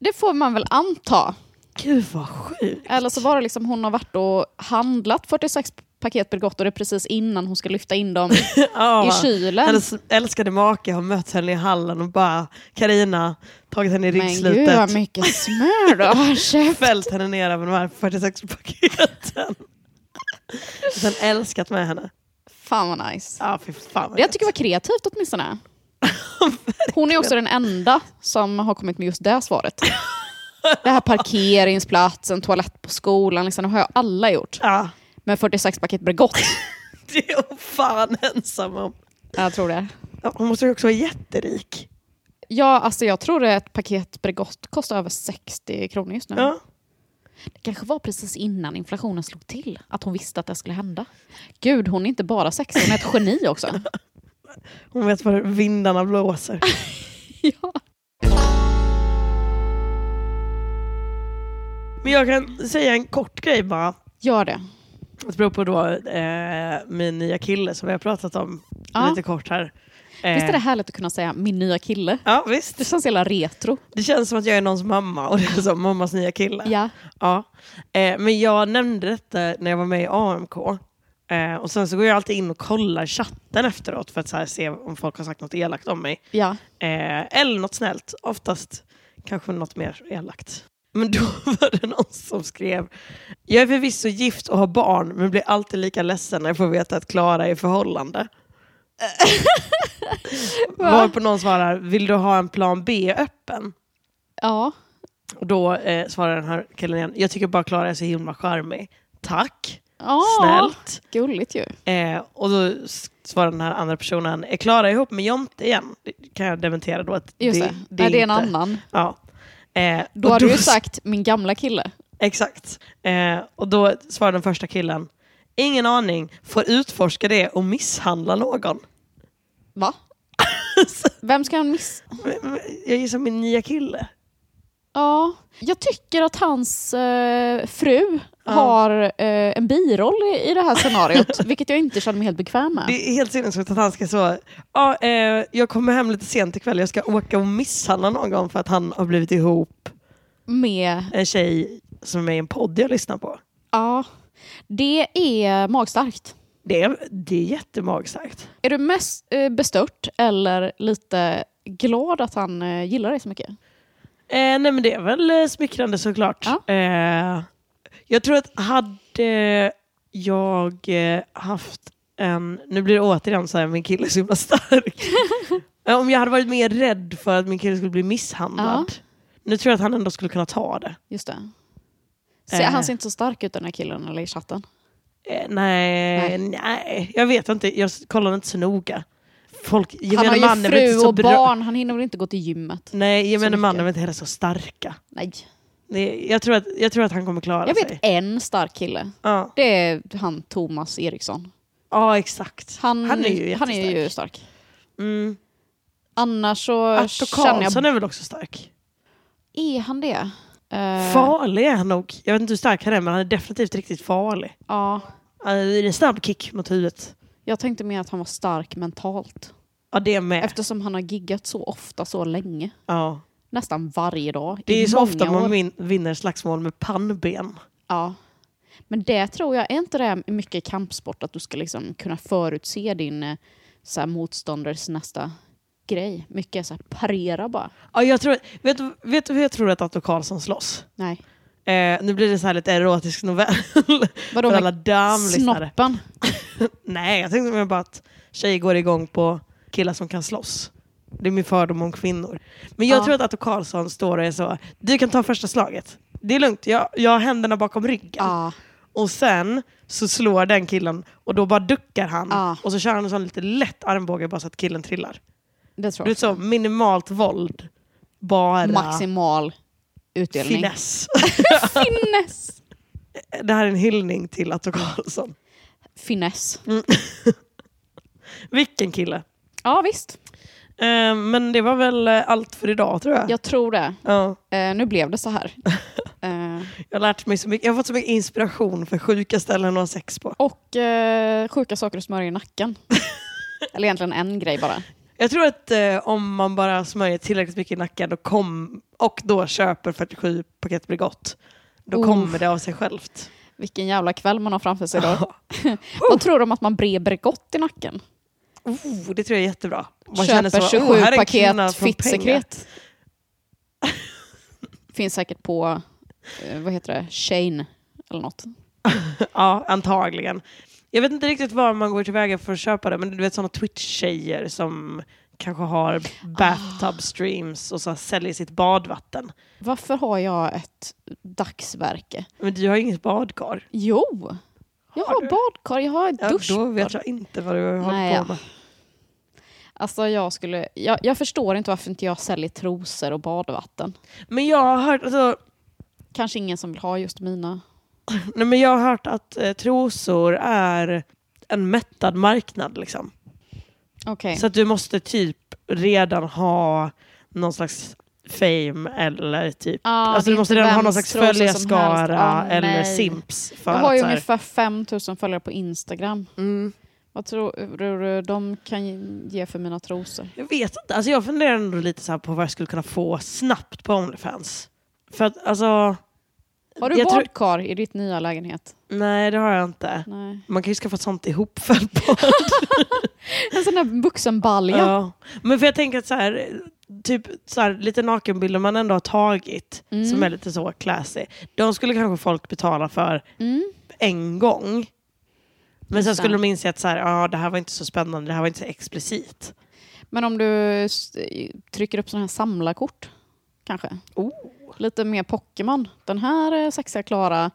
Speaker 1: Det får man väl anta.
Speaker 2: Gud vad sjukt.
Speaker 1: Eller så var det liksom hon har varit och handlat 46 paket Bregott och det är precis innan hon ska lyfta in dem
Speaker 2: Ja.
Speaker 1: i kylen.
Speaker 2: Hennes älskade make har mött henne i hallen och bara, Karina tagit henne i
Speaker 1: Men gud vad
Speaker 2: ryggslutet,
Speaker 1: mycket smör du har köpt.
Speaker 2: fällt henne ner över de här 46 paketen. Och Sen älskat med henne.
Speaker 1: Fan vad nice.
Speaker 2: Ja, fy fan vad
Speaker 1: Det jag tycker var
Speaker 2: gött.
Speaker 1: kreativt åtminstone. Hon är också den enda som har kommit med just det svaret. Det här parkeringsplatsen, toalett på skolan, liksom, det har jag alla gjort.
Speaker 2: Ja,
Speaker 1: Med 46 paket Bregott.
Speaker 2: det är hon fan ensam om.
Speaker 1: Jag tror det.
Speaker 2: Ja, Hon måste ju också vara jätterik.
Speaker 1: Ja, alltså jag tror att ett paket Bregott kostar över 60 kronor just nu.
Speaker 2: Ja.
Speaker 1: Det kanske var precis innan inflationen slog till, att hon visste att det skulle hända. Gud, hon är inte bara sexig, hon är ett geni också.
Speaker 2: Hon vet var vindarna blåser.
Speaker 1: ja.
Speaker 2: Men jag kan säga en kort grej bara.
Speaker 1: Gör det.
Speaker 2: Det beror på då eh, min nya kille som vi har pratat om
Speaker 1: Ja.
Speaker 2: lite kort här. Eh,
Speaker 1: Visst är det härligt att kunna säga min nya kille?
Speaker 2: Ja, visst.
Speaker 1: Det känns så jävla retro.
Speaker 2: Det känns som att jag är någons mamma och det är som mammas nya kille.
Speaker 1: Ja.
Speaker 2: Ja. Eh, men jag nämnde detta när jag var med i AMK. Eh, och sen så går jag alltid in och kollar chatten efteråt för att så här, se om folk har sagt något elakt om mig.
Speaker 1: ja.
Speaker 2: Eh, eller något snällt. Oftast kanske något mer elakt. Men då var det någon som skrev Jag är förvisso gift och har barn men blir alltid lika ledsen när jag får veta att Klara är i förhållande. Varpå någon svarar Vill du ha en plan B öppen?
Speaker 1: Ja.
Speaker 2: Och då eh, svarar den här killen igen Jag tycker bara Klara är så himla charmig. Tack,
Speaker 1: Ja.
Speaker 2: snällt.
Speaker 1: Gulligt ju.
Speaker 2: Eh, och då s- svarar den här andra personen Är Klara ihop med Jonte igen? Det kan jag dementera då att
Speaker 1: Just det. Nej, det är en
Speaker 2: inte-
Speaker 1: annan.
Speaker 2: Ja. Eh,
Speaker 1: Då
Speaker 2: och
Speaker 1: har du ju sagt min gamla kille.
Speaker 2: Exakt. Eh, och då svarar den första killen, ingen aning, får utforska det och misshandla någon.
Speaker 1: Va? Vem ska han miss...
Speaker 2: Men- men Jag gissar min nya kille.
Speaker 1: Ja. Jag tycker att hans eh, fru har eh, en biroll i, i det här scenariot, vilket jag inte känner mig helt bekväm med.
Speaker 2: Det är helt sinnessjukt att han ska så, ja, eh, jag kommer hem lite sent ikväll, jag ska åka och misshandla någon för att han har blivit ihop
Speaker 1: Med...
Speaker 2: en tjej som är med i en podd jag lyssnar på.
Speaker 1: Ja. Det är magstarkt.
Speaker 2: Det är, det är jättemagstarkt.
Speaker 1: Är du mest eh, bestört eller lite glad att han eh, gillar dig så mycket?
Speaker 2: Eh, nej men det är väl eh, smickrande såklart.
Speaker 1: Ja.
Speaker 2: Eh, jag tror att hade jag eh, haft en, nu blir det återigen så här, min kille är så himla stark. Eh, Om jag hade varit mer rädd för att min kille skulle bli misshandlad. Nu tror jag att han ändå skulle kunna ta det.
Speaker 1: Just det. Ser,
Speaker 2: Eh.
Speaker 1: Han ser inte så stark ut den här killen eller i chatten.
Speaker 2: Eh, nej, nej,
Speaker 1: Nej.
Speaker 2: jag vet inte, jag s- kollar inte så noga. Folk,
Speaker 1: Han
Speaker 2: gemene
Speaker 1: har
Speaker 2: man
Speaker 1: ju
Speaker 2: är väl
Speaker 1: fru
Speaker 2: inte så Mm.
Speaker 1: och
Speaker 2: berö-
Speaker 1: barn, han hinner väl inte gå till gymmet?
Speaker 2: Nej, gemene
Speaker 1: mycket.
Speaker 2: man är väl inte heller så starka.
Speaker 1: Nej.
Speaker 2: Det- Jag tror att, jag tror att han kommer klara
Speaker 1: Jag
Speaker 2: sig.
Speaker 1: vet en stark kille.
Speaker 2: Ja.
Speaker 1: Det är han Thomas Eriksson.
Speaker 2: ja, exakt.
Speaker 1: Han,
Speaker 2: han är ju
Speaker 1: han är ju
Speaker 2: jättestark.
Speaker 1: stark.
Speaker 2: Mm.
Speaker 1: Annars så
Speaker 2: Arto
Speaker 1: känner
Speaker 2: Karlsson
Speaker 1: jag...
Speaker 2: är väl också stark?
Speaker 1: Är han det? Eh,
Speaker 2: Farlig är han nog. Jag vet inte hur stark han är, men han är definitivt riktigt farlig.
Speaker 1: ja,
Speaker 2: Han är en snabb kick mot huvudet.
Speaker 1: jag tänkte mer att han var stark mentalt.
Speaker 2: Ja, det med.
Speaker 1: Eftersom han har giggat så ofta, så länge.
Speaker 2: Ja.
Speaker 1: Nästan varje dag.
Speaker 2: Det är
Speaker 1: i
Speaker 2: ju så
Speaker 1: många
Speaker 2: ofta man
Speaker 1: år.
Speaker 2: vin- vinner slagsmål med pannben.
Speaker 1: Ja. Men det tror jag, är inte det här mycket i kampsport att du ska liksom kunna förutse din eh, så här, motståndares nästa grej? Mycket så här, parera bara.
Speaker 2: Ja, jag tror, vet, du- vet du hur jag tror att Atto Karlsson slåss?
Speaker 1: Nej.
Speaker 2: Eh, nu blir det så här lite erotisk novell.
Speaker 1: Vadå
Speaker 2: för
Speaker 1: med
Speaker 2: alla dammlyssnare.
Speaker 1: Snoppen.
Speaker 2: Nej, jag tänkte mer bara att tjejer går igång på killar som kan slåss. Det är min fördom om kvinnor. Men jag
Speaker 1: Ja.
Speaker 2: tror att Atto Karlsson står och är så, du kan ta första slaget. Det är lugnt, jag, jag har händerna bakom ryggen.
Speaker 1: Ja.
Speaker 2: Och sen så slår den killen och då bara duckar han.
Speaker 1: Ja.
Speaker 2: Och så kör han en sån lite lätt armbåge bara så att killen trillar.
Speaker 1: Det tror jag.
Speaker 2: Du vet så, minimalt våld. Bara
Speaker 1: Maximal utdelning.
Speaker 2: finess.
Speaker 1: Finess.
Speaker 2: Det här är en hyllning till Atto Karlsson.
Speaker 1: Finess.
Speaker 2: Vilken kille.
Speaker 1: Ja, visst.
Speaker 2: Eh, men det var väl eh, allt för idag tror jag.
Speaker 1: Jag tror det.
Speaker 2: Ja.
Speaker 1: Eh, nu blev det så här. Eh,
Speaker 2: Jag har lärt mig så mycket. Jag har fått så mycket inspiration för sjuka ställen att ha sex på.
Speaker 1: och eh, sjuka saker att smörja i nacken. Eller egentligen en grej bara.
Speaker 2: Jag tror att eh, om man bara smörjer tillräckligt mycket i nacken och, kom, och då köper 47 paket Bregott, då
Speaker 1: Oh.
Speaker 2: kommer det av sig självt.
Speaker 1: Vilken jävla kväll man har framför sig då. Vad tror du om att man brer Bregott i nacken?
Speaker 2: Oh, det tror jag är jättebra. Man
Speaker 1: Köper
Speaker 2: så,
Speaker 1: 27
Speaker 2: här är en kvinna
Speaker 1: paket
Speaker 2: från pengar.
Speaker 1: fittsekret. Finns säkert på, eh, vad heter det, Shane eller något.
Speaker 2: Ja, antagligen. Jag vet inte riktigt var man går tillväga för att köpa det, men du vet sådana Twitch-tjejer som kanske har bathtub streams och så här säljer sitt badvatten.
Speaker 1: Varför har jag ett dagsverke?
Speaker 2: Men du har ju inget badkar.
Speaker 1: Jo, jag har,
Speaker 2: du?
Speaker 1: badkar, jag har
Speaker 2: Ja,
Speaker 1: dusch.
Speaker 2: då vet jag inte vad du har
Speaker 1: Nej,
Speaker 2: hållit
Speaker 1: ja.
Speaker 2: på med.
Speaker 1: Alltså jag, skulle, jag, jag förstår inte varför inte jag säljer trosor och badvatten.
Speaker 2: Men jag har hört, alltså,
Speaker 1: Kanske ingen som vill ha just mina.
Speaker 2: nej, men jag har hört att eh, trosor är en mättad marknad. Liksom.
Speaker 1: Okej,
Speaker 2: Så att du måste typ redan ha någon slags fame eller typ
Speaker 1: Ah,
Speaker 2: Alltså
Speaker 1: det
Speaker 2: du
Speaker 1: är
Speaker 2: måste
Speaker 1: inte
Speaker 2: redan ha
Speaker 1: vems
Speaker 2: någon slags
Speaker 1: trosor som helst.
Speaker 2: följarskara
Speaker 1: Ah,
Speaker 2: eller
Speaker 1: nej.
Speaker 2: simps. För
Speaker 1: jag har
Speaker 2: att,
Speaker 1: ju
Speaker 2: så här-
Speaker 1: ungefär 5000 följare på Instagram.
Speaker 2: Mm.
Speaker 1: Vad tror du de kan ge för mina trosor?
Speaker 2: Jag vet inte, alltså jag funderar ändå lite så här på vad jag skulle kunna få snabbt på Onlyfans. För att alltså,
Speaker 1: Har du
Speaker 2: Jag tror-
Speaker 1: badkar i ditt nya lägenhet?
Speaker 2: nej det har jag inte.
Speaker 1: Nej.
Speaker 2: Man kan ju skaffa ett sånt ihopfällt på.
Speaker 1: En sån där vuxenbalja.
Speaker 2: ja. Men för jag tänker att så här, typ så här, lite nakenbilder man ändå har tagit
Speaker 1: Mm.
Speaker 2: som är lite så classy. De skulle kanske folk betala för
Speaker 1: Mm.
Speaker 2: en gång. Men sen
Speaker 1: Just det.
Speaker 2: skulle de inse att så här, ah, det här var inte så spännande, det här var inte så explicit.
Speaker 1: Men om du s- trycker upp såna här samlarkort, kanske?
Speaker 2: Oh.
Speaker 1: Lite mer Pokémon. Den här eh, sexiga Klara,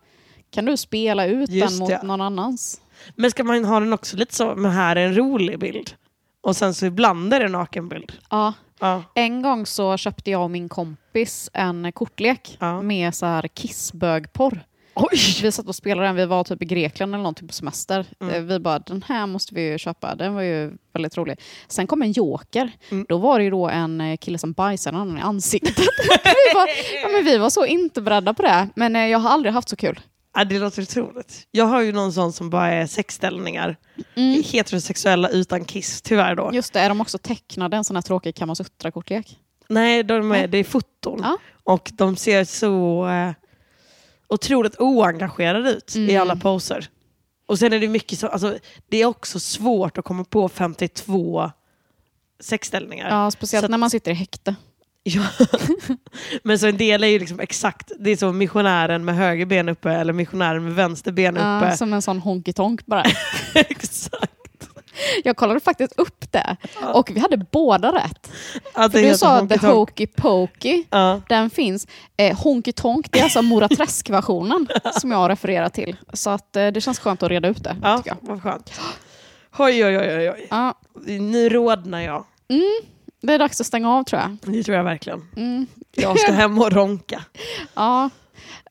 Speaker 1: kan du spela ut
Speaker 2: Just
Speaker 1: den mot
Speaker 2: det.
Speaker 1: någon annans?
Speaker 2: Men ska man ha den också lite så, men här är en rolig bild. Och sen så ibland är det en nakenbild.
Speaker 1: Ja.
Speaker 2: Ja.
Speaker 1: En gång så köpte jag och min kompis en kortlek
Speaker 2: Ja.
Speaker 1: med så här kissbögporr.
Speaker 2: Oj!
Speaker 1: Vi satt och spelade den, vi var typ i Grekland eller någonting på semester.
Speaker 2: Mm.
Speaker 1: Eh, Vi bara, den här måste vi ju köpa, den var ju väldigt rolig. Sen kom en joker,
Speaker 2: Mm.
Speaker 1: då var det ju då en eh, kille som bajsade någon i ansiktet. vi, bara, ja, men vi var så inte beredda på det, men eh, jag har aldrig haft så kul.
Speaker 2: Ja, det låter otroligt. Jag har ju någon sån som bara är sexställningar. Mm. Heterosexuella utan kiss, tyvärr då.
Speaker 1: Just det, är de också tecknade, en sån här tråkig Kamasutra-kortlek?
Speaker 2: Nej, de är, det är foton.
Speaker 1: Ja.
Speaker 2: Och de ser så eh, otroligt oengagerade ut i
Speaker 1: Mm.
Speaker 2: alla poser. Och sen är det mycket så, alltså, det är också svårt att komma på 52 sexställningar.
Speaker 1: Ja, speciellt
Speaker 2: Så att-
Speaker 1: när man sitter i häkte.
Speaker 2: Ja. Men så en del är ju liksom exakt, det är så missionären med höger ben uppe eller missionären med vänster ben
Speaker 1: Ja,
Speaker 2: uppe.
Speaker 1: som en sån honky-tonk bara.
Speaker 2: exakt.
Speaker 1: Jag kollade faktiskt upp det och vi hade båda rätt.
Speaker 2: Ja, det
Speaker 1: För du
Speaker 2: heter
Speaker 1: sa
Speaker 2: honky
Speaker 1: The
Speaker 2: tonk.
Speaker 1: Hokey Pokey.
Speaker 2: Ja.
Speaker 1: Den finns. Eh, Honky Tonk, det är alltså Mora Träsk-versionen som jag refererar till. Så att, eh, det känns skönt att reda ut det.
Speaker 2: Ja,
Speaker 1: Tycker jag.
Speaker 2: vad skönt. Oj, oj, oj, oj, oj.
Speaker 1: Ja,
Speaker 2: Nu rodnar jag.
Speaker 1: det är dags att stänga av tror jag.
Speaker 2: Det tror jag verkligen.
Speaker 1: Mm.
Speaker 2: Jag ska hem och ronka.
Speaker 1: Ja.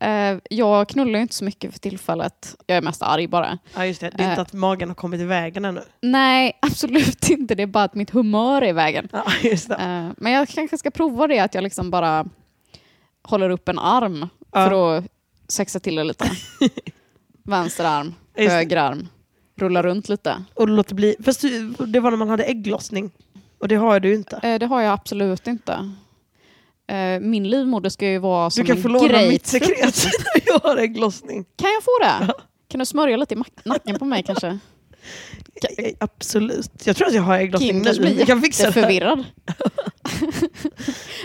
Speaker 1: Eh, jag knullar ju inte så mycket för tillfället. Jag är mest arg bara.
Speaker 2: Ja, just det. Det är inte
Speaker 1: Eh.
Speaker 2: att magen har kommit i vägen ännu.
Speaker 1: Nej, absolut inte. Det är bara att mitt humör är i vägen.
Speaker 2: Ja, just det.
Speaker 1: Eh, men jag kanske ska prova det, att jag liksom bara håller upp en arm för att sexa till det lite. Vänster arm,
Speaker 2: Just det.
Speaker 1: höger arm. Rulla runt lite.
Speaker 2: Och låt det bli. Fast du- det var när man hade ägglossning. Och det har du ju inte.
Speaker 1: Eh, Det har jag absolut inte. Eh, min livmoder ska ju vara som
Speaker 2: Du kan
Speaker 1: en
Speaker 2: få låna
Speaker 1: grapefrukt.
Speaker 2: mitt sekret när jag har ägglossning.
Speaker 1: Kan jag få det? Kan du smörja lite i mack- nacken på mig kanske?
Speaker 2: Eh, Absolut. Jag tror att jag har ägglossning
Speaker 1: Kinders
Speaker 2: nu.
Speaker 1: blir
Speaker 2: Vi kan fixa det. här.
Speaker 1: jätteförvirrad.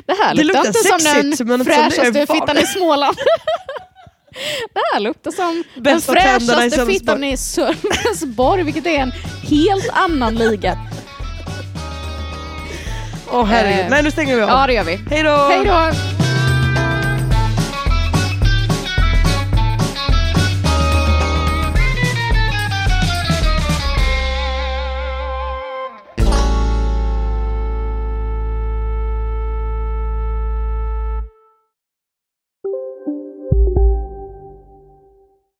Speaker 1: det här
Speaker 2: Det
Speaker 1: luktar
Speaker 2: luktar
Speaker 1: inte
Speaker 2: sexigt,
Speaker 1: som
Speaker 2: men
Speaker 1: den
Speaker 2: inte som det är
Speaker 1: fräschaste
Speaker 2: farligt.
Speaker 1: fittan i Småland. det här luktar som
Speaker 2: Bästa
Speaker 1: den
Speaker 2: tänderna i
Speaker 1: fräschaste
Speaker 2: Sölvesborg.
Speaker 1: fittan i Sölvesborg, vilket är en helt annan liga.
Speaker 2: Åh herregud.
Speaker 1: Eh,
Speaker 2: Nej, nu stänger vi av.
Speaker 1: Ja, det gör vi.
Speaker 2: Äh. Hej då!
Speaker 1: Hej då!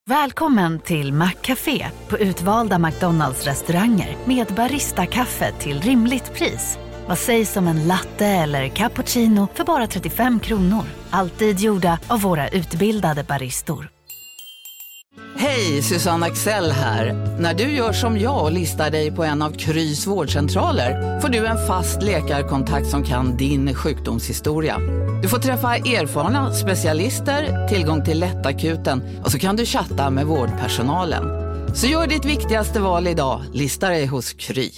Speaker 5: Välkommen till Maccafé på utvalda McDonalds restauranger med Baristakaffe till rimligt pris. Vad sägs om en latte eller cappuccino för bara 35 kronor? Alltid gjorda av våra utbildade baristor.
Speaker 6: Hej, Susanne Axel här. När du gör som jag och listar dig på en av Krys vårdcentraler får du en fast läkarkontakt som kan din sjukdomshistoria. Du får träffa erfarna specialister, tillgång till lättakuten och så kan du chatta med vårdpersonalen. Så gör ditt viktigaste val idag, listar dig hos Kry.